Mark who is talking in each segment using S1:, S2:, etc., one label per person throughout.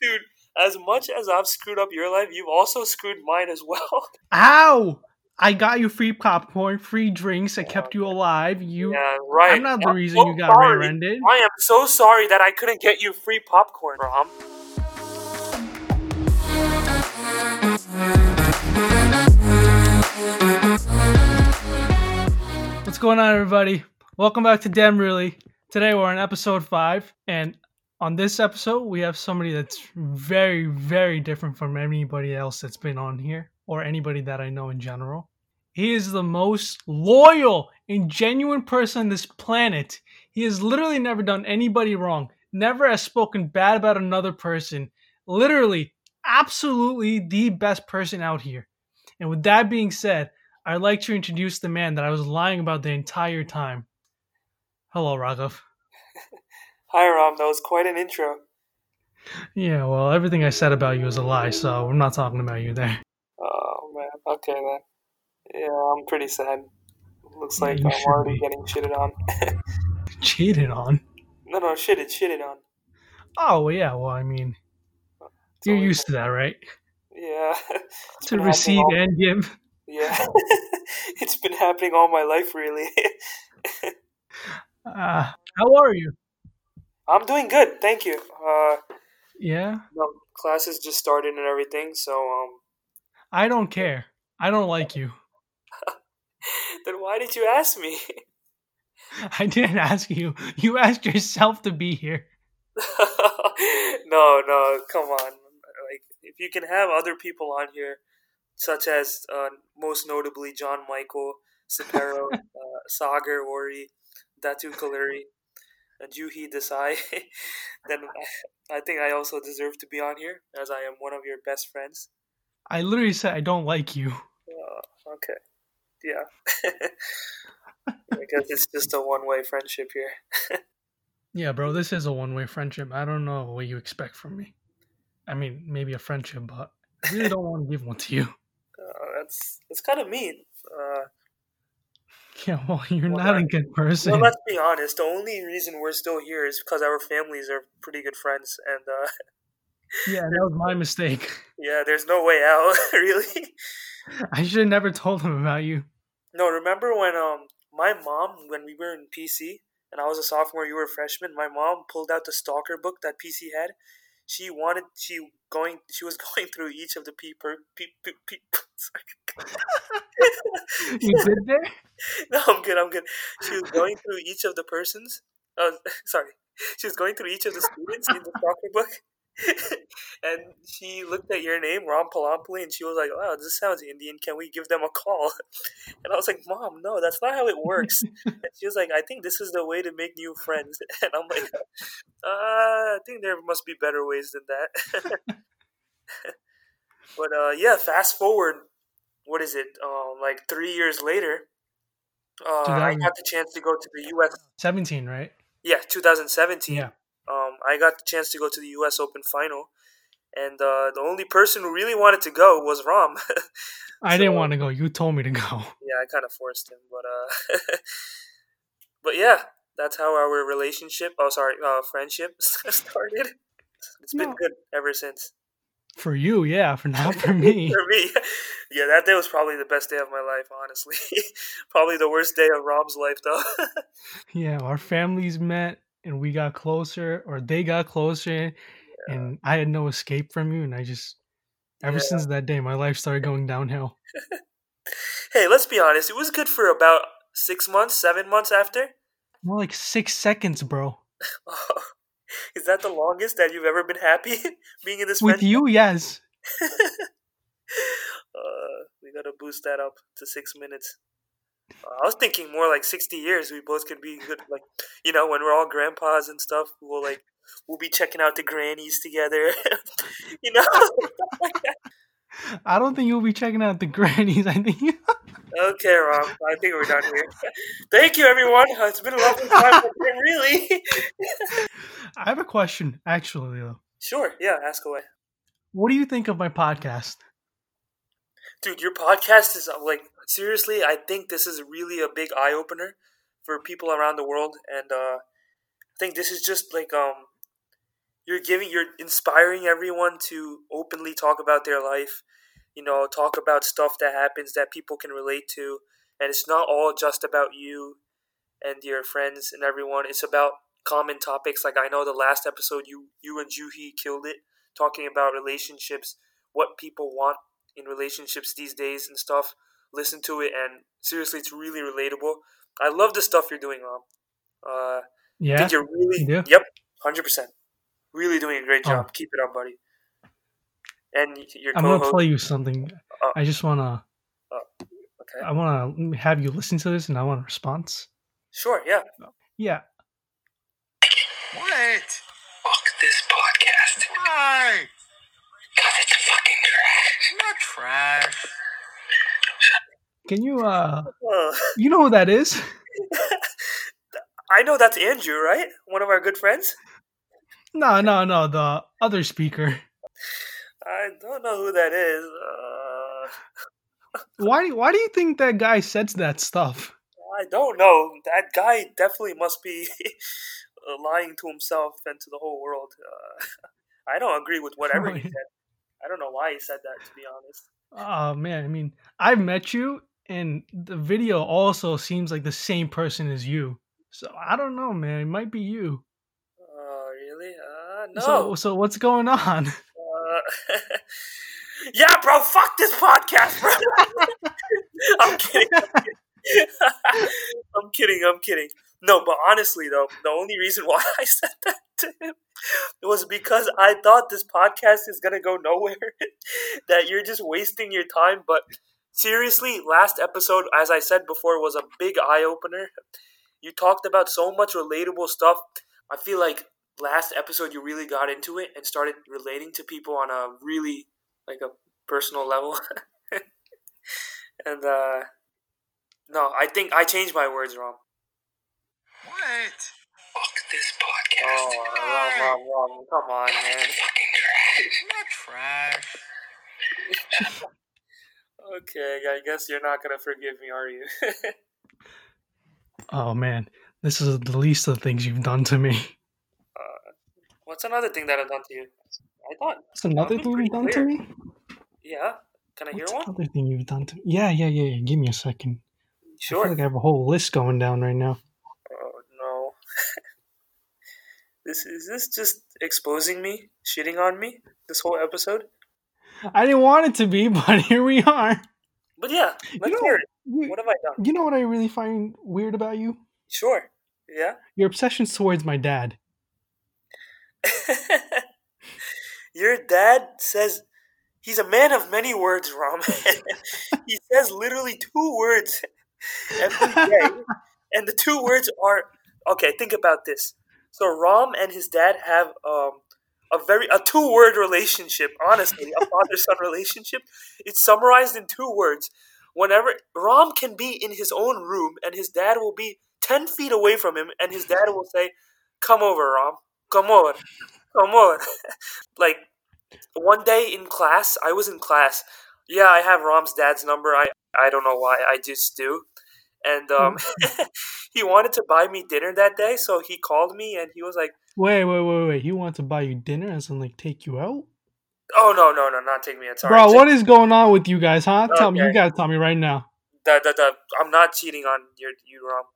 S1: dude, as much as I've screwed up your life, you've also screwed mine as well.
S2: Ow! I got you free popcorn, free drinks. I kept you alive. You,
S1: yeah, right.
S2: I'm not the
S1: I'm
S2: reason
S1: so
S2: you got
S1: sorry.
S2: rear-ended.
S1: I am so sorry that I couldn't get you free popcorn, Rom.
S2: What's going on, everybody? Welcome back to Dem Really. Today we're on episode five, and on this episode we have somebody that's very, very different from anybody else that's been on here or anybody that I know in general. He is the most loyal and genuine person on this planet. He has literally never done anybody wrong, never has spoken bad about another person. Literally, absolutely the best person out here. And with that being said, I'd like to introduce the man that I was lying about the entire time. Hello, Raghav.
S1: Hi, Rom. That was quite an intro.
S2: Yeah, well, everything I said about you was a lie, so I'm not talking about you there.
S1: Oh man. Okay then. Yeah, I'm pretty sad. Looks
S2: Yeah,
S1: like
S2: you
S1: I'm
S2: should
S1: already
S2: be.
S1: getting shitted on.
S2: Cheated on.
S1: No, no, shitted, shitted on.
S2: Oh, well, yeah, well, I mean,
S1: It's
S2: you're
S1: always-
S2: used to that, right?
S1: Yeah. It's
S2: To
S1: been happening
S2: receive
S1: all-
S2: and give.
S1: Yeah. it's been happening all my life, really.
S2: Uh, how are you?
S1: I'm doing good, thank you. Uh,
S2: Yeah?
S1: no, classes just started and everything, so um,
S2: I don't care. I don't like you.
S1: then why did you ask me?
S2: I didn't ask you. You asked yourself to be here.
S1: no, no, come on. Like, if you can have other people on here, such as uh, most notably John Michael, Sapero, uh, Sagar Ori, Datu Kaleri, and Juhi Desai, then I think I also deserve to be on here, as I am one of your best friends.
S2: I literally said I don't like you.
S1: Uh, okay. Yeah. I guess it's just a one way friendship here.
S2: Yeah, bro, this is a one way friendship. I don't know what you expect from me. I mean, maybe a friendship, but I really don't want to give one to you.
S1: Uh, that's that's kind of mean. Uh,
S2: Yeah, well, you're
S1: Well,
S2: not a
S1: that-
S2: good person.
S1: Well, let's be honest. The only reason we're still here is because our families are pretty good friends, and uh,
S2: yeah, that was my mistake.
S1: yeah, there's no way out, really.
S2: I should have never told him about you.
S1: No, remember when um my mom, when we were in PC, and I was a sophomore, you were a freshman. My mom pulled out the stalker book that PC had. She wanted she going she was going through each of the people. Pe- pe- pe-
S2: You did there?
S1: no, I'm good. I'm good. She was going through each of the persons. Uh, sorry. She was going through each of the students in the soccer book. and she looked at your name, Ron Palampoli, and she was like, wow, this sounds Indian. Can we give them a call? And I was like, Mom, no, that's not how it works. and she was like, I think this is the way to make new friends. And I'm like, uh, I think there must be better ways than that. but uh, yeah, fast forward, what is it? Um, like three years later, uh, I
S2: 2000.
S1: got the chance to go to the U.S.
S2: 17, right?
S1: Yeah, 2017.
S2: Yeah.
S1: Um, I got the chance to go to the U.S. Open final, and uh, the only person who really wanted to go was Rom.
S2: I didn't
S1: So-
S2: want to go. You told me to go.
S1: yeah, I kind of forced him, but uh, but yeah, that's how our relationship. Oh, sorry, uh, friendship started. It's been
S2: No.
S1: good ever since.
S2: For you, yeah, for not for me.
S1: For me, yeah, that day was probably the best day of my life. Honestly, probably the worst day of Rom's life, though.
S2: Yeah, our families met and we got closer, or they got closer, and I had no escape from you. And I just, ever
S1: Yeah.
S2: since that day, my life started going downhill.
S1: hey, let's be honest. It was good for about six months, seven months after.
S2: More like six seconds, bro.
S1: Is that the longest that you've ever been happy being in this
S2: With
S1: friendship?
S2: you, yes.
S1: Uh, we gotta boost that up to six minutes. Uh, I was thinking more like sixty years. We both could be good, like you know, when we're all grandpas and stuff. We'll like we'll be checking out the grannies together. you know.
S2: I don't think you'll be checking out the grannies. I think you.
S1: okay, Rob. I think we're done here. Thank you, everyone. It's been a lovely time. with you, really.
S2: I have a question, actually, though.
S1: sure. Yeah. Ask away.
S2: What do you think of my podcast?
S1: dude your podcast is uh, like seriously i think this is really a big eye-opener for people around the world and uh, i think this is just like um you're giving you're inspiring everyone to openly talk about their life you know talk about stuff that happens that people can relate to and it's not all just about you and your friends and everyone it's about common topics like i know the last episode you you and juhi killed it talking about relationships what people want in relationships these days and stuff listen to it and seriously it's really relatable i love the stuff you're doing rom uh, i
S2: Yeah.
S1: think you're really
S2: you do.
S1: yep 100% really doing a great
S2: Oh.
S1: job keep it up buddy and y- your
S2: I'm gonna
S1: co-host
S2: play you something.
S1: Uh,
S2: I just wanna.
S1: okay
S2: I wanna have you listen to this, and I want a response.
S1: sure yeah
S2: Yeah.
S3: What?
S4: Fuck this podcast.
S3: Why?
S4: Cause it's fucking trash.
S3: Not trash.
S2: Can you? uh
S1: Uh,
S2: You know who that is?
S1: i know that's andrew right one of our good friends
S2: No, no, no. The other speaker.
S1: i don't know who that is uh,
S2: Why? Why do you think that guy says that stuff?
S1: i don't know that guy definitely must be uh, lying to himself and to the whole world uh, i don't agree with whatever he
S2: Right.
S1: said i don't know why he said that to be honest
S2: Oh man, I mean, I've met you, and the video also seems like the same person as you. So I don't know, man. It might be you.
S1: uh, really uh, no
S2: So, so what's going on?
S1: Uh, yeah, bro, fuck this podcast, bro. I'm kidding. I'm kidding. I'm kidding. I'm kidding. No, but honestly, though, the only reason why I said that to him was because I thought this podcast is going to go nowhere, that you're just wasting your time. But seriously, last episode, as I said before, was a big eye opener. You talked about so much relatable stuff. I feel like last episode you really got into it and started relating to people on a really like a personal level and uh no i think i changed my words wrong
S3: What?
S4: Fuck this podcast.
S1: oh wrong, wrong, wrong. come on man
S4: Fucking trash.
S3: Not trash.
S1: okay i guess you're not gonna forgive me are you
S2: Oh man, this is the least of the things you've done to me.
S1: what's another thing that i've done to you i thought
S2: What's another
S1: That'd be
S2: thing
S1: pretty
S2: you've
S1: clear.
S2: done to me?
S1: yeah can i hear
S2: What's
S1: one
S2: another thing you've done to me? Yeah, yeah, yeah, yeah. Give me a second. I
S1: sure
S2: feel like I have a whole list going down right now.
S1: oh no this is this just exposing me shitting on me this whole episode
S2: I didn't want it to be, but here we are.
S1: but yeah let's
S2: know-
S1: hear it
S2: You,
S1: what have i done
S2: you know what I really find weird about you?
S1: Sure. Yeah.
S2: Your obsessions towards my dad.
S1: Your dad says he's a man of many words, Ram. he says literally two words every day. and the two words are okay, think about this. So Ram and his dad have um a very a two word relationship, honestly, a father son relationship. It's summarized in two words. Whenever Ram can be in his own room and his dad will be ten feet away from him and his dad will say, Come over, Ram. Come over. Come over. like one day in class, I was in class. Yeah, I have Rom's dad's number. I I don't know why. I just do. And um,
S2: Mm.
S1: he wanted to buy me dinner that day, so he called me and he was like,
S2: Wait, wait, wait, wait. He wants to buy you dinner as in like take you out?
S1: "Oh no, no, no, not take me. It's
S2: Bro,
S1: alright.
S2: what is going on with you guys, huh? Tell me you
S1: Okay.
S2: gotta tell me right now.
S1: Da, da, da. I'm not cheating on your you, Rom.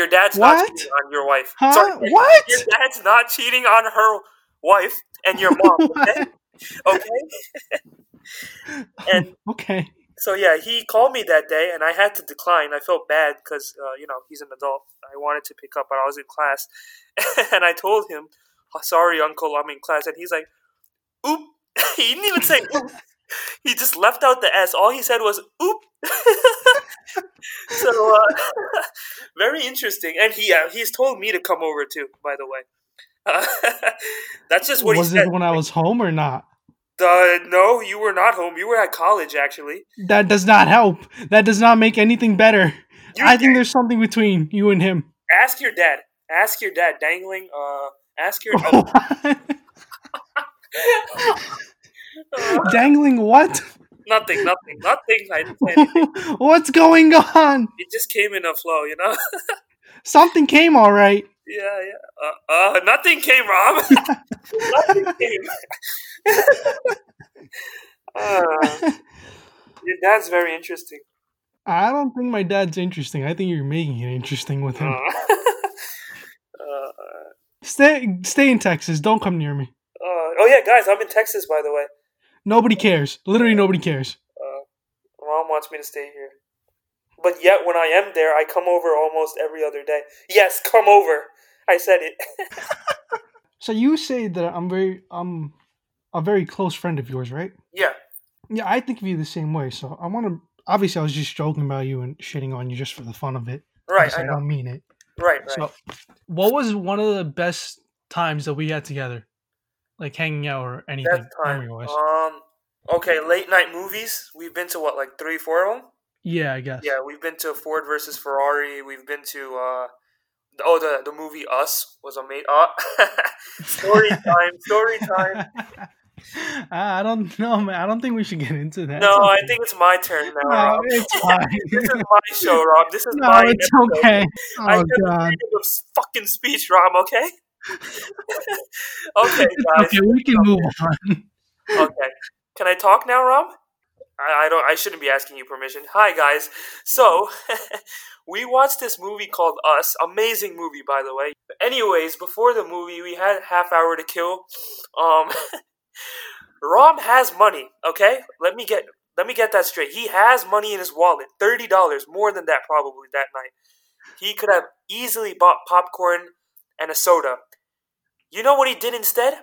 S1: Your dad's not
S2: What?
S1: cheating on your wife.
S2: Huh?
S1: Sorry,
S2: What?
S1: Your dad's not cheating on her wife and your mom. Okay, okay. And
S2: okay.
S1: So yeah, he called me that day, and I had to decline. I felt bad because uh, you know he's an adult. I wanted to pick up, but I was in class, and I told him, "Oh, "Sorry, Uncle, I'm in class." And he's like, "Oop!" he didn't even say "oop." He just left out the s. All he said was "oop." so uh, very interesting, and he uh, he's told me to come over too. By the way, uh, that's just what
S2: was
S1: he said.
S2: it when I was home or not?
S1: Uh, no, you were not home. You were at college, actually.
S2: That does not help. That does not make anything better.
S1: You
S2: I think there's something between you and him.
S1: ask your dad. Ask your dad. Dangling. Uh, ask your. Oh, uh,
S2: Dangling what?
S1: nothing. Nothing. Nothing. I didn't say anything.
S2: What's going on?
S1: It just came in a flow, you know.
S2: Something came all right.
S1: Yeah, yeah. Uh, uh nothing came, Rob. nothing came. uh, your dad's very interesting.
S2: I don't think my dad's interesting. I think you're making it interesting with
S1: Uh,
S2: him.
S1: uh,
S2: Stay, stay in Texas. Don't come near me.
S1: Uh, oh yeah, guys, I'm in Texas by the way.
S2: Nobody cares. Literally, nobody cares.
S1: Mom wants me to stay here, but yet when I am there, I come over almost every other day. Yes, come over. I said it.
S2: So you say that I'm very, I'm a very close friend of yours, right?
S1: yeah.
S2: Yeah, I think of you the same way. So I want to. Obviously, I was just joking about you and shitting on you just for the fun of it.
S1: Right.
S2: Obviously,
S1: I
S2: I
S1: know.
S2: don't mean it.
S1: Right. Right.
S2: So, what was one of the best times that we had together, like hanging out or anything?
S1: Best time.
S2: memory-wise?
S1: Um. Okay. Late night movies. We've been to what, like three, four of them.
S2: yeah, I guess.
S1: Yeah, we've been to Ford versus Ferrari. We've been to uh, oh the the movie Us was amazing. Uh, story time. Story time.
S2: I I don't know, man. I don't think we should get into that.
S1: No, I
S2: It's
S1: think it's my turn now.
S2: okay. No,
S1: Rob.
S2: it's fine.
S1: This is my show, Rob. This is
S2: no,
S1: my.
S2: it's
S1: episode.
S2: okay.
S1: I
S2: Oh
S1: have the
S2: god.
S1: freedom of s- fucking speech, Rob. Okay. okay, guys.
S2: Okay, we can move on.
S1: Okay. Can I talk now, Rob? I, I don't. I shouldn't be asking you permission. Hi, guys. So, we watched this movie called Us. Amazing movie, by the way. Anyways, before the movie, we had half hour to kill. Um, Rom has money. Okay, let me get let me get that straight. He has money in his wallet. Thirty dollars, more than that probably that night. He could have easily bought popcorn and a soda. You know what he did instead?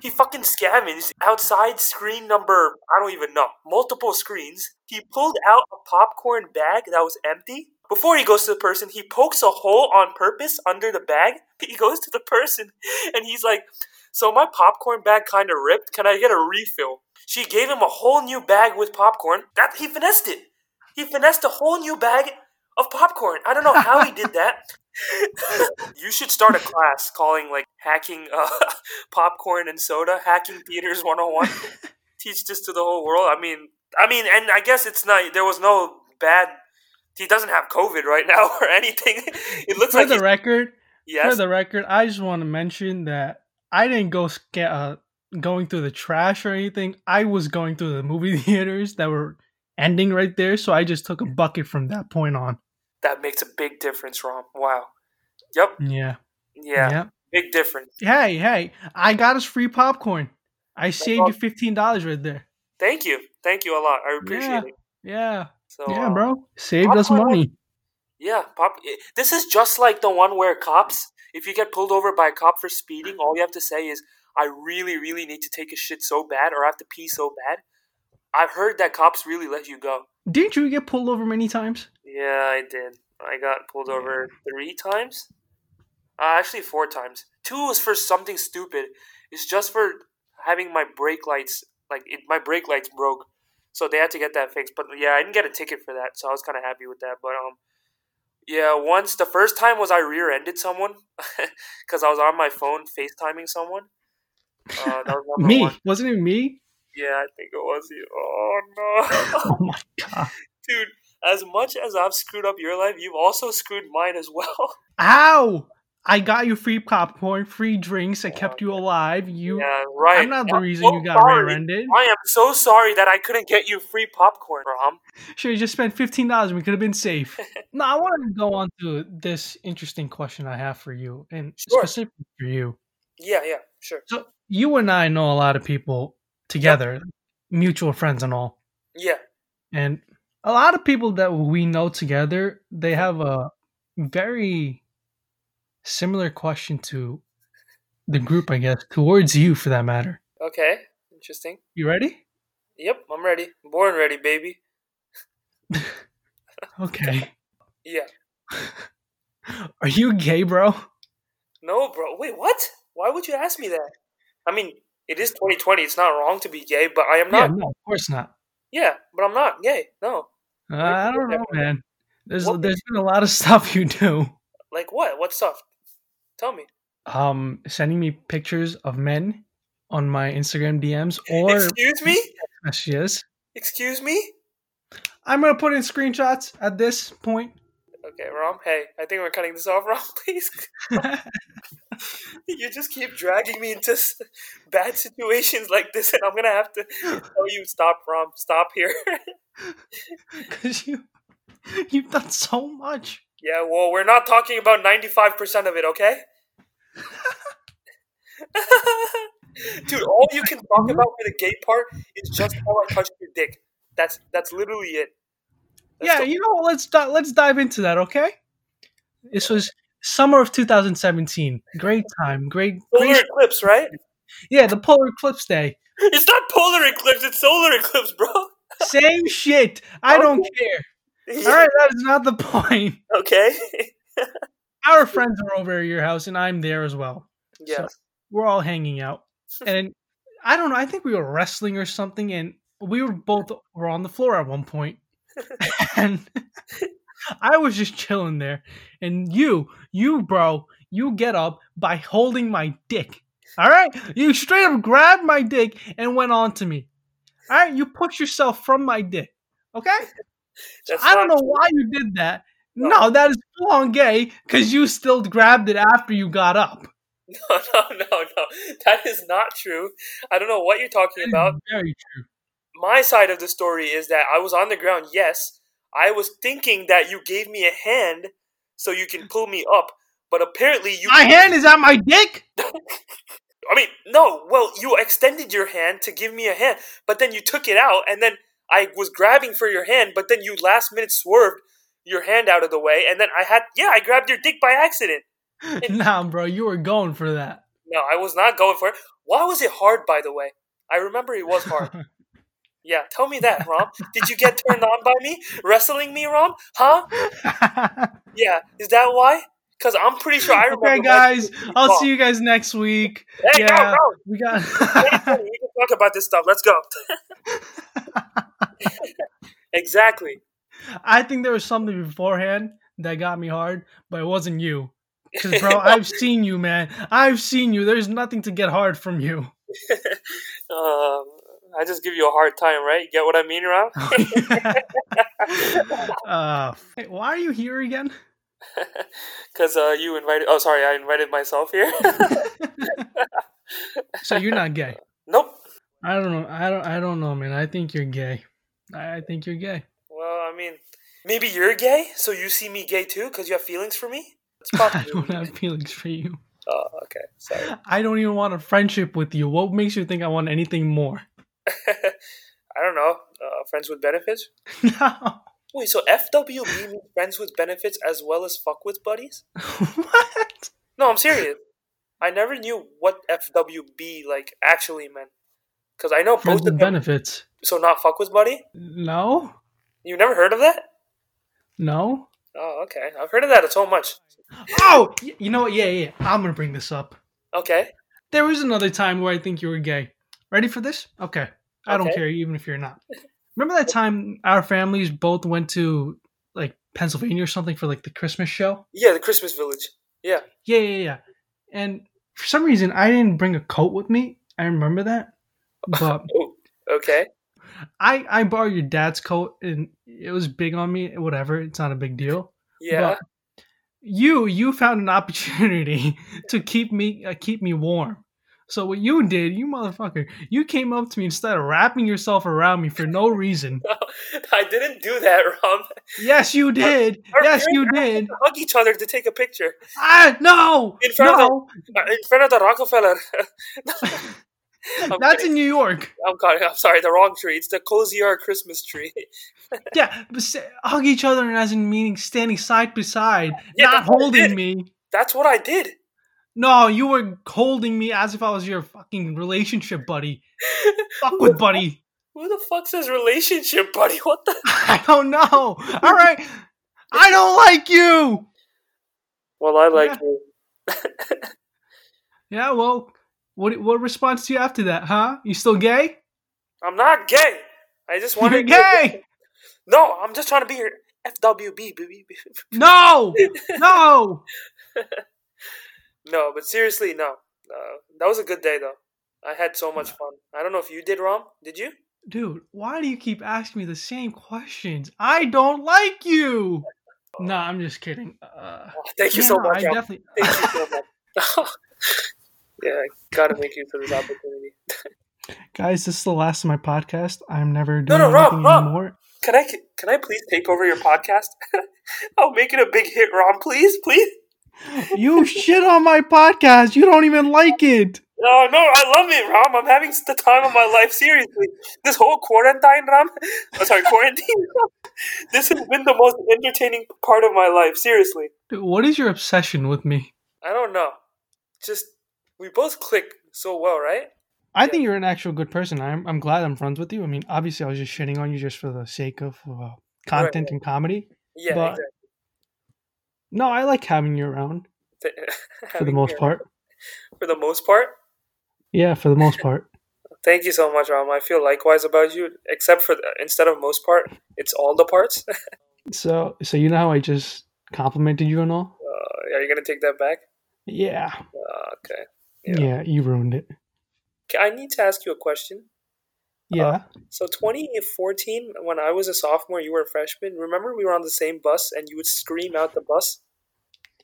S1: He fucking scavenged outside screen number, I don't even know, multiple screens. He pulled out a popcorn bag that was empty. Before he goes to the person, he pokes a hole on purpose under the bag. He goes to the person and he's like, So my popcorn bag kind of ripped. Can I get a refill? She gave him a whole new bag with popcorn. That he finessed it. He finessed a whole new bag of popcorn. I don't know how he did that. you should start a class calling like hacking uh, popcorn and soda, hacking theaters 101. Teach this to the whole world. I mean, I mean, and I guess it's not. There was no bad. He doesn't have COVID right now or anything. It looks
S2: For
S1: like
S2: the
S1: he's,
S2: record, for
S1: yes.
S2: the record, I just want to mention that I didn't go sca- uh, going through the trash or anything. I was going through the movie theaters that were ending right there, so I just took a bucket from that point on.
S1: that makes a big difference, Rom. Wow. Yep.
S2: Yeah.
S1: Yeah.
S2: Yep.
S1: Big difference.
S2: Hey, hey, I got us free popcorn. I saved you
S1: all-
S2: fifteen dollars right there.
S1: Thank you. Thank you a lot. I appreciate
S2: Yeah.
S1: it.
S2: Yeah.
S1: So,
S2: Yeah,
S1: uh,
S2: bro. Saved us
S1: popcorn-
S2: money.
S1: Yeah, pop. i- This is just like the one where cops, if you get pulled over by a cop for speeding, all you have to say is, "I really, really need to take a shit so bad, or I have to pee so bad." I've heard that cops really let you go.
S2: Didn't you get pulled over many times?
S1: Yeah, I did. I got pulled over three times. Uh, actually, four times. Two was for something stupid. It's just for having my brake lights like it, my brake lights broke, so they had to get that fixed. But yeah, I didn't get a ticket for that, so I was kind of happy with that. But um, yeah, once the first time was I rear-ended someone because I was on my phone FaceTiming someone. Uh, that was number
S2: Me.
S1: one.
S2: Wasn't it me?
S1: Yeah, I think it was you. Oh no.
S2: Oh my god.
S1: dude as much as i've screwed up your life you've also screwed mine as well
S2: Ow! I got you free popcorn, free drinks. I kept you alive. You.
S1: yeah right
S2: I'm not the
S1: I'm
S2: reason
S1: so
S2: you got
S1: sorry.
S2: rear-ended.
S1: i am so sorry that i couldn't get you free popcorn Ram.
S2: Should have just spent fifteen dollars. We could have been safe. no, I wanted to go on to this interesting question I have for you, and
S1: Sure.
S2: specifically for you.
S1: yeah yeah sure
S2: So you and I know a lot of people together, mutual friends and all.
S1: yeah
S2: And a lot of people that we know together, they have a very similar question to the group, I guess, towards you for that matter.
S1: okay interesting
S2: You ready?
S1: yep i'm ready born ready baby
S2: Okay.
S1: yeah
S2: Are you gay, bro?
S1: no bro wait what why would you ask me that i mean it is 2020 it's not wrong to be gay but i am
S2: Yeah,
S1: not
S2: no, of course not.
S1: yeah, but i'm not gay no
S2: Uh, I don't know, man. There's
S1: What-
S2: there's been a lot of stuff you do.
S1: like what what stuff tell me
S2: Um, sending me pictures of men on my Instagram DMs or
S1: excuse me
S2: messages.
S1: excuse me
S2: I'm gonna put in screenshots at this point.
S1: Okay, Rom. Hey, I think we're cutting this off, Rom. Please. you just keep dragging me into s- bad situations like this, and I'm gonna have to tell you, stop, Rom. Stop here.
S2: Because you, you've done so much.
S1: yeah. Well, we're not talking about 95 percent of it, okay? Dude, all you can talk about for the gay part is just how I touched your dick. That's that's literally it. That's
S2: yeah,
S1: the-
S2: you know, what, let's di- let's dive into that, okay? This was summer of 2017. Great time, great,
S1: solar
S2: great
S1: eclipse, right?
S2: yeah, the polar eclipse day.
S1: It's not polar eclipse. It's solar eclipse, bro.
S2: Same shit. I don't care. All right, that is not the point.
S1: Okay.
S2: Our friends are over at your house, and I'm there as well.
S1: Yeah.
S2: We're all hanging out, and I don't know. I think we were wrestling or something, and we were both were on the floor at one point, and I was just chilling there, and you, you bro, you get up by holding my dick. All right, you straight up grabbed my dick and went on to me. All right, you put yourself from my dick. Okay.
S1: That's
S2: I don't
S1: not-
S2: know why you did that.
S1: No.
S2: No, that is full on gay because you still grabbed it after you got up.
S1: No, no, no, no. That is not true. I don't know what you're talking
S2: Hmm.
S1: about.
S2: Very true.
S1: My side of the story is that I was on the ground, yes. I was thinking that you gave me a hand so you can pull me up, but apparently you.
S2: My hand is at my dick.
S1: I mean, no, well, you extended your hand to give me a hand, but then you took it out, and then I was grabbing for your hand, but then you last minute swerved your hand out of the way, and then I had. Yeah, I grabbed your dick by accident.
S2: nah, bro, you were going for that.
S1: No, I was not going for it. Why was it hard, by the way? I remember it was hard. Yeah, tell me that, Rom. Did you get turned on by me? Wrestling me, Rom? Huh? Yeah, is that why? Because I'm pretty sure I remember.
S2: okay, guys, I'll see you guys next week.
S1: Hey,
S2: yeah,
S1: no, no.
S2: we
S1: Hey,
S2: got.
S1: Tony, we can talk about this stuff. Let's go. exactly.
S2: I think there was something beforehand that got me hard, but it wasn't you. Because, bro, I've seen you, man. I've seen you. There's nothing to get hard from you.
S1: Um, I just give you a hard time, right? You get what I mean, Rom?
S2: uh, hey, why are you here again?
S1: Because uh, you invited. Oh, sorry, I invited myself here.
S2: So you're not gay.
S1: nope.
S2: I don't know. I don't. I don't know, man. I think you're gay. I, I think you're gay.
S1: Well, I mean, maybe you're gay, so you see me gay too, because you have feelings for me. It's
S2: I
S1: possible.
S2: don't have feelings for you.
S1: oh, okay. Sorry.
S2: I don't even want a friendship with you. What makes you think I want anything more?
S1: I don't know. Uh, friends with benefits.
S2: No.
S1: Wait, so FWB means friends with benefits as well as fuck with buddies?
S2: what?
S1: No, I'm serious. I never knew what FWB like actually meant. Cause I know
S2: Friends
S1: both of
S2: with
S1: them.
S2: benefits.
S1: So not fuck with buddy.
S2: No.
S1: You never heard of that?
S2: No.
S1: Oh, okay. I've heard of that so much.
S2: Oh, y- you know what? Yeah, yeah. yeah. I'm gonna bring this up.
S1: Okay.
S2: There was another time where I think you were gay. Ready for this? Okay. I don't
S1: Okay.
S2: care, even if you're not. Remember that time our families both went to like Pennsylvania or something for like the Christmas show?
S1: Yeah, the Christmas Village. Yeah.
S2: Yeah, yeah, yeah. And for some reason, I didn't bring a coat with me. I remember that, but
S1: Oh, okay.
S2: I I borrowed your dad's coat, and it was big on me. Whatever, it's not a big deal.
S1: Yeah.
S2: But you you found an opportunity to keep me uh, keep me warm. So what you did, you motherfucker, you came up to me instead of wrapping yourself around me for no reason.
S1: I didn't do that, Rom.
S2: Yes, you did. Yes, you did.
S1: Hug each other to take a picture
S2: Ah, no,
S1: In front of
S2: no,
S1: Uh, in front of the Rockefeller. I'm
S2: that's in New York.
S1: I'm, sorry- I'm sorry, the wrong tree. It's the Cozier Christmas tree.
S2: Yeah, but sa- hug each other and as in meaning standing side by side,
S1: Yeah,
S2: not
S1: that's what I
S2: holding
S1: did.
S2: me.
S1: That's what I did.
S2: No, you were holding me as if I was your fucking relationship buddy. Fuck with buddy.
S1: Who the fuck says relationship, buddy? What the?
S2: I don't know. All right. I don't like you.
S1: Well, I like
S2: Yeah.
S1: you.
S2: Yeah, well, what what response do you have to that, huh? You still gay?
S1: I'm not gay. I just want
S2: You're
S1: to
S2: gay.
S1: No, I'm just trying to be your FWB, baby.
S2: No. No.
S1: No, but seriously, no. Uh, that was a good day though. I had so much fun. I don't know if you did, Rom. Did you?
S2: Dude, why do you keep asking me the same questions? I don't like you. No, I'm just kidding. Uh,
S1: Oh, thank you
S2: yeah,
S1: so
S2: no,
S1: much.
S2: I
S1: Al.
S2: definitely.
S1: Thank you so much. yeah, gotta thank you for this opportunity.
S2: Guys, this is the last of my podcast. I'm never
S1: No,
S2: doing
S1: no, Rob,
S2: anything
S1: Rob.
S2: anymore.
S1: Can I can I please take over your podcast? I'll make it a big hit, Ron. Please, please.
S2: You shit on my podcast. You don't even like it.
S1: No, no, I love it, Ram. I'm having the time of my life. Seriously, this whole quarantine, Ram. I'm sorry, quarantine. this has been the most entertaining part of my life. Seriously,
S2: Dude, what is your obsession with me?
S1: I don't know. Just we both click so well, right?
S2: I think you're an actual good person. I'm, I'm glad I'm friends with you. I mean, obviously, I was just shitting on you just for the sake of uh, content
S1: right.
S2: and comedy.
S1: Yeah,
S2: But- No, I like having you around
S1: exactly.
S2: for the most part.
S1: For the most part.
S2: Yeah, for the most part.
S1: Thank you so much, Ram. I feel likewise about you, except for the, instead of most part, it's all the parts. uh,
S2: So, so you know how I just complimented you and all?
S1: Uh, are you gonna take that back?
S2: Yeah. Uh,
S1: Uh, okay.
S2: Yeah,
S1: Yeah.
S2: you ruined it.
S1: K, I need to ask you a question.
S2: Yeah.
S1: So 2014, when I was a sophomore, you were a freshman. Remember, we were on the same bus, and you would scream out the bus.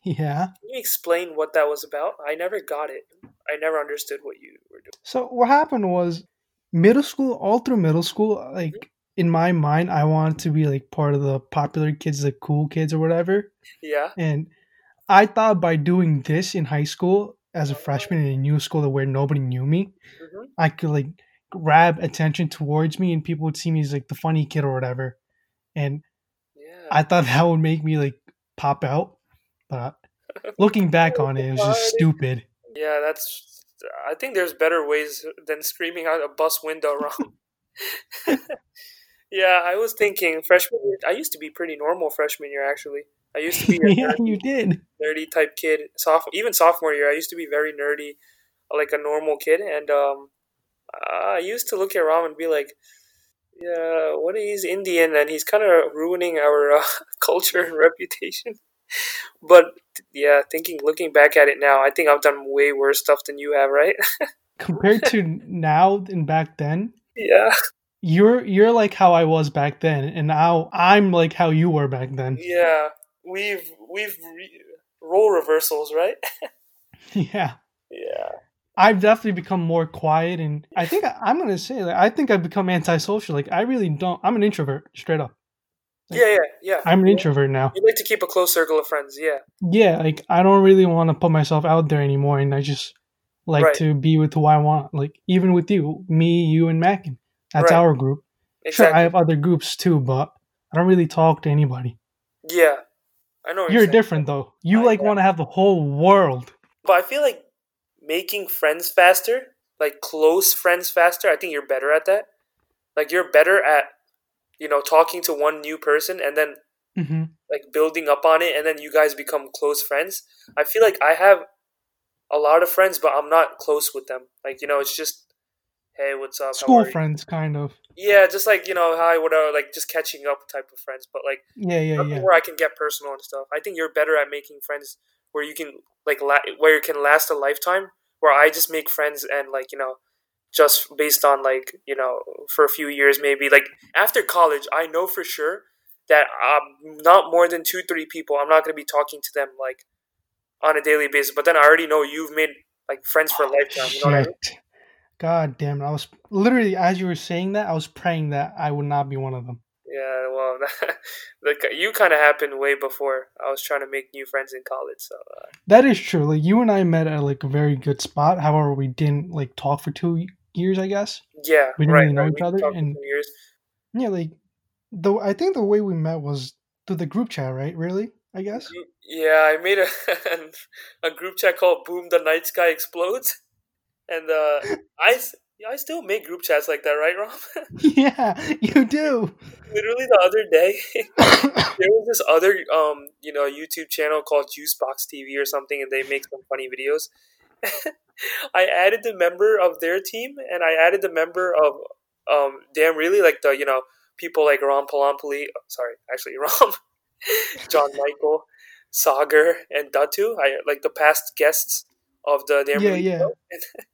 S2: yeah.
S1: Can you explain what that was about? I never got it. I never understood what you were doing.
S2: So what happened was middle school, all through middle school, uh, like in my mind, I wanted to be like part of the popular kids, the cool kids or whatever.
S1: Yeah.
S2: And I thought by doing this in high school as a freshman in a new school where nobody knew me,
S1: Mhm.
S2: I could like grab attention towards me and people would see me as like the funny kid or whatever. And
S1: Yeah.
S2: I thought that would make me like pop out. But looking back on it, it was just stupid.
S1: yeah. That's. I think there's better ways than screaming out a bus window wrong. yeah, I was thinking freshman. year- I used to be pretty normal freshman year actually. I used to be a
S2: yeah, you did.
S1: nerdy type kid. Soph- even sophomore year, I used to be very nerdy, like a normal kid, and um, I used to look at Ram and be like, "Yeah, what he's Indian and he's kind of ruining our uh, culture and reputation." But yeah, thinking, looking back at it now, I think I've done way worse stuff than you have, right?
S2: Compared to now and back then,
S1: yeah,
S2: you're you're like how I was back then, and now I'm like how you were back then.
S1: yeah, we've we've re- role reversals, right?
S2: Yeah.
S1: yeah,
S2: I've definitely become more quiet, and I think I, I'm gonna say like I think I've become antisocial. Like I really don't. I'm an introvert, straight up.
S1: yeah, yeah, yeah.
S2: I'm an introvert now.
S1: You like to keep a close circle of friends, yeah.
S2: Yeah, like I don't really want to put myself out there anymore, and I just like
S1: Right.
S2: to be with who I want. Like even with you, me, you, and Mackin. That's
S1: Right.
S2: our group.
S1: Exactly.
S2: Sure, I have other groups too, but I don't really talk to anybody.
S1: yeah, I know. what
S2: You're
S1: saying.
S2: different though. You
S1: I
S2: like
S1: am.
S2: want to have the whole world.
S1: But I feel like making friends faster, like close friends faster, I think you're better at that. Like you're better at, you know, talking to one new person and then
S2: hmm
S1: like building up on it and then you guys become close friends. I feel like I have a lot of friends, but I'm not close with them. Like, you know, it's just, hey, what's up? how
S2: School
S1: are you?"
S2: friends, kind of.
S1: Yeah, just like, you know, hi, whatever, like just catching up type of friends. But like,
S2: Yeah, yeah,
S1: nothing
S2: yeah.
S1: where I can get personal and stuff. I think you're better at making friends where you can like la- where you can last a lifetime. Where I just make friends and like you know, just based on like you know for a few years maybe like after college, I know for sure that um, not more than two three people. I'm not gonna be talking to them like on a daily basis. But then I already know you've made like friends for a lifetime. You know what I mean?
S2: Shit. God damn it. I was literally, as you were saying that, I was praying that I would not be one of them.
S1: Yeah, well, the, you kind of happened way before I was trying to make new friends in college. So uh,
S2: That is true. Like, you and I met at, like, a very good spot. However, we didn't, like, talk for two years, I guess.
S1: yeah,
S2: We didn't
S1: right,
S2: really know
S1: right,
S2: each
S1: we
S2: other,
S1: talked for
S2: and-
S1: two years.
S2: Yeah, like, the, I think the way we met was through the group chat, right? Really? I guess?
S1: Y- Yeah, I made a a group chat called "Boom the Night Sky Explodes," and uh, I s- yeah, I still make group chats like that, right, Rom?
S2: yeah, you do.
S1: Literally the other day, there was this other um you know YouTube channel called Juicebox TV or something, and they make some funny videos. I added the member of their team, and I added the member of um damn really like the you know people like Ron Palampoli. Sorry, actually Ron, John Michael, Sagar, and Datu. I like the past guests of the damn
S2: yeah,
S1: really
S2: yeah.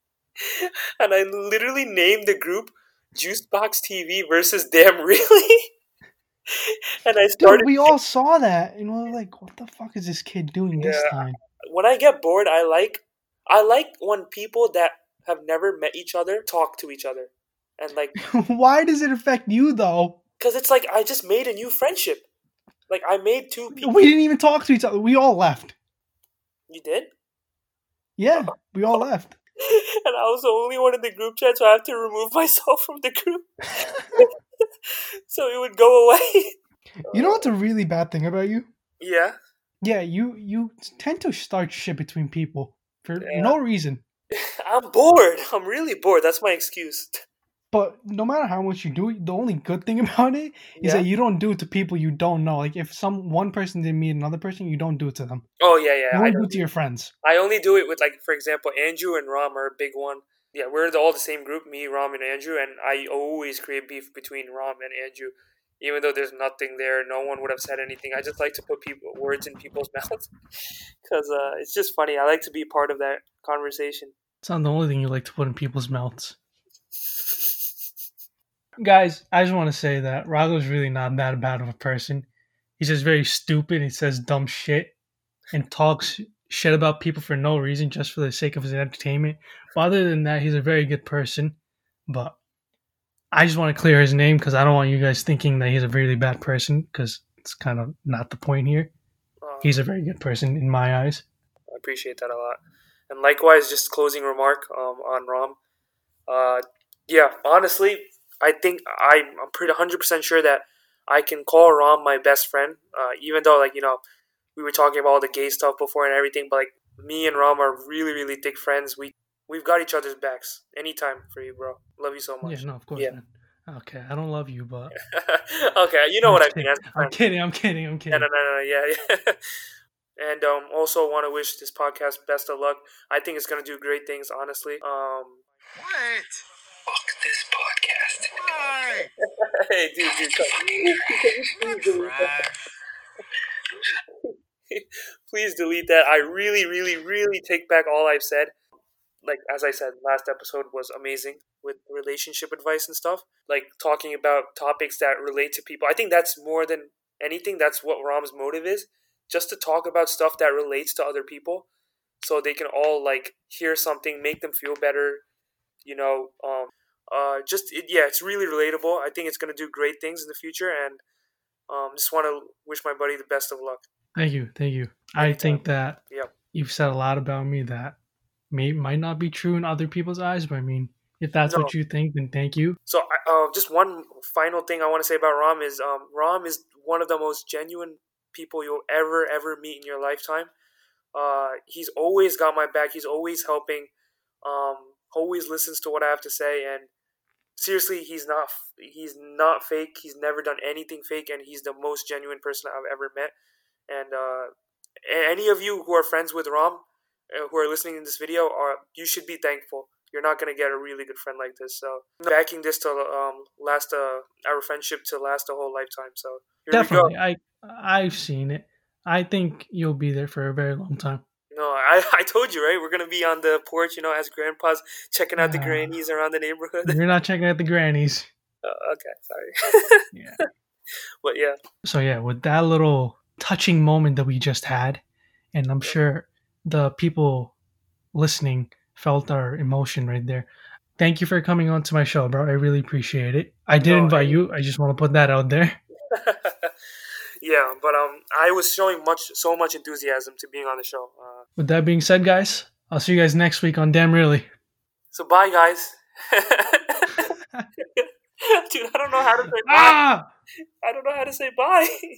S1: and I literally named the group Juicebox TV versus Damn Really. and I
S2: Dude,
S1: started.
S2: we all saw that and we're like, what the fuck is this kid doing this
S1: Yeah.
S2: time?
S1: when I get bored, I like I like when people that have never met each other talk to each other, and like
S2: Why does it affect you though?
S1: because it's like I just made a new friendship. Like I made two people.
S2: We didn't even talk to each other. We all left.
S1: you did,
S2: Yeah, we all left.
S1: and I was the only one in the group chat, so I have to remove myself from the group. so it would go away.
S2: You know what's a really bad thing about you?
S1: Yeah,
S2: Yeah, you you tend to start shit between people for
S1: Yeah.
S2: no reason.
S1: I'm bored. I'm really bored. That's my excuse.
S2: But no matter how much you do, it, the only good thing about it is
S1: Yeah.
S2: that you don't do it to people you don't know. Like if some one person didn't meet another person, you don't do it to them.
S1: Oh yeah, yeah. I
S2: You only do
S1: don't
S2: it to your friends.
S1: I only do it with like, for example, Andrew and Ram are a big one. Yeah, we're the, all the same group, me, Ram, and Andrew, and I always create beef between Ram and Andrew, even though there's nothing there. No one would have said anything. I just like to put people words in people's mouths because uh, it's just funny. I like to be part of that conversation.
S2: It's not the only thing you like to put in people's mouths. Guys, I just want to say that Rago's really not that bad of a person. He's just very stupid. He says dumb shit and talks shit about people for no reason, just for the sake of his entertainment. But other than that, he's a very good person. But I just want to clear his name because I don't want you guys thinking that he's a really bad person because it's kind of not the point here.
S1: Uh,
S2: He's a very good person in my eyes.
S1: I appreciate that a lot. And likewise, just closing remark um, on Rom. Uh, yeah, honestly, I think I, I'm pretty 100% sure that I can call Rom my best friend, uh, even though, like, you know, we were talking about all the gay stuff before and everything, but, like, me and Rom are really, really thick friends. We, we've got each other's backs anytime for you, bro. Love you so
S2: Yeah,
S1: much.
S2: no, of course.
S1: Yeah.
S2: man. Okay, I don't love you, but
S1: okay, you know what I mean. as a
S2: I'm
S1: friend.
S2: kidding. I'm kidding. I'm kidding.
S1: No, no, no, no, yeah, yeah. and um, also want to wish this podcast best of luck. I think it's gonna do great things, honestly. Um,
S3: Wait.
S4: Fuck this podcast.
S3: Wait.
S1: hey, dude, dude,
S4: Fucking trash.
S1: please delete that.
S3: Trash.
S1: Please delete that. I really, really, really take back all I've said. Like as I said, last episode was amazing with relationship advice and stuff. Like talking about topics that relate to people. I think that's more than anything. That's what Rom's motive is, just to talk about stuff that relates to other people, so they can all like hear something, make them feel better. You know, um, uh, just it, yeah, it's really relatable. I think it's gonna do great things in the future, and um, just want to wish my buddy the best of luck.
S2: Thank you, thank you. I
S1: Anytime.
S2: think that
S1: Yep.
S2: you've said a lot about me that may might not be true in other people's eyes, but I mean, if that's what
S1: No.
S2: you think, then thank you.
S1: So, I- uh, just one final thing I want to say about Ram is um, Ram is one of the most genuine people you'll ever ever meet in your lifetime. Uh, he's always got my back. He's always helping. Um, always listens to what I have to say. And seriously, he's not he's not fake. He's never done anything fake, and he's the most genuine person I've ever met. And uh, a- any of you who are friends with Ram, uh, who are listening in this video, are you should be thankful. You're not gonna get a really good friend like this. So backing this to um, last uh, our friendship to last a whole lifetime. So here we go.
S2: Definitely, I I've seen it. I think you'll be there for a very long time.
S1: No, I, I told you, right? We're going to be on the porch, you know, as grandpas checking out the
S2: Yeah.
S1: grannies around the neighborhood.
S2: You're not checking out the grannies.
S1: Uh, okay, sorry.
S2: Yeah.
S1: But yeah,
S2: So yeah, with that little touching moment that we just had, and I'm sure the people listening felt our emotion right there. Thank you for coming on to my show, bro. I really appreciate it. I did
S1: No,
S2: invite
S1: I-
S2: you. I just want to put that out there.
S1: yeah, but um, I was showing much so much enthusiasm to being on the show. Uh,
S2: With that being said, guys, I'll see you guys next week on Damn Really.
S1: so bye, guys. Dude, I don't know how to say bye.
S2: Ah!
S1: I don't know how to say bye.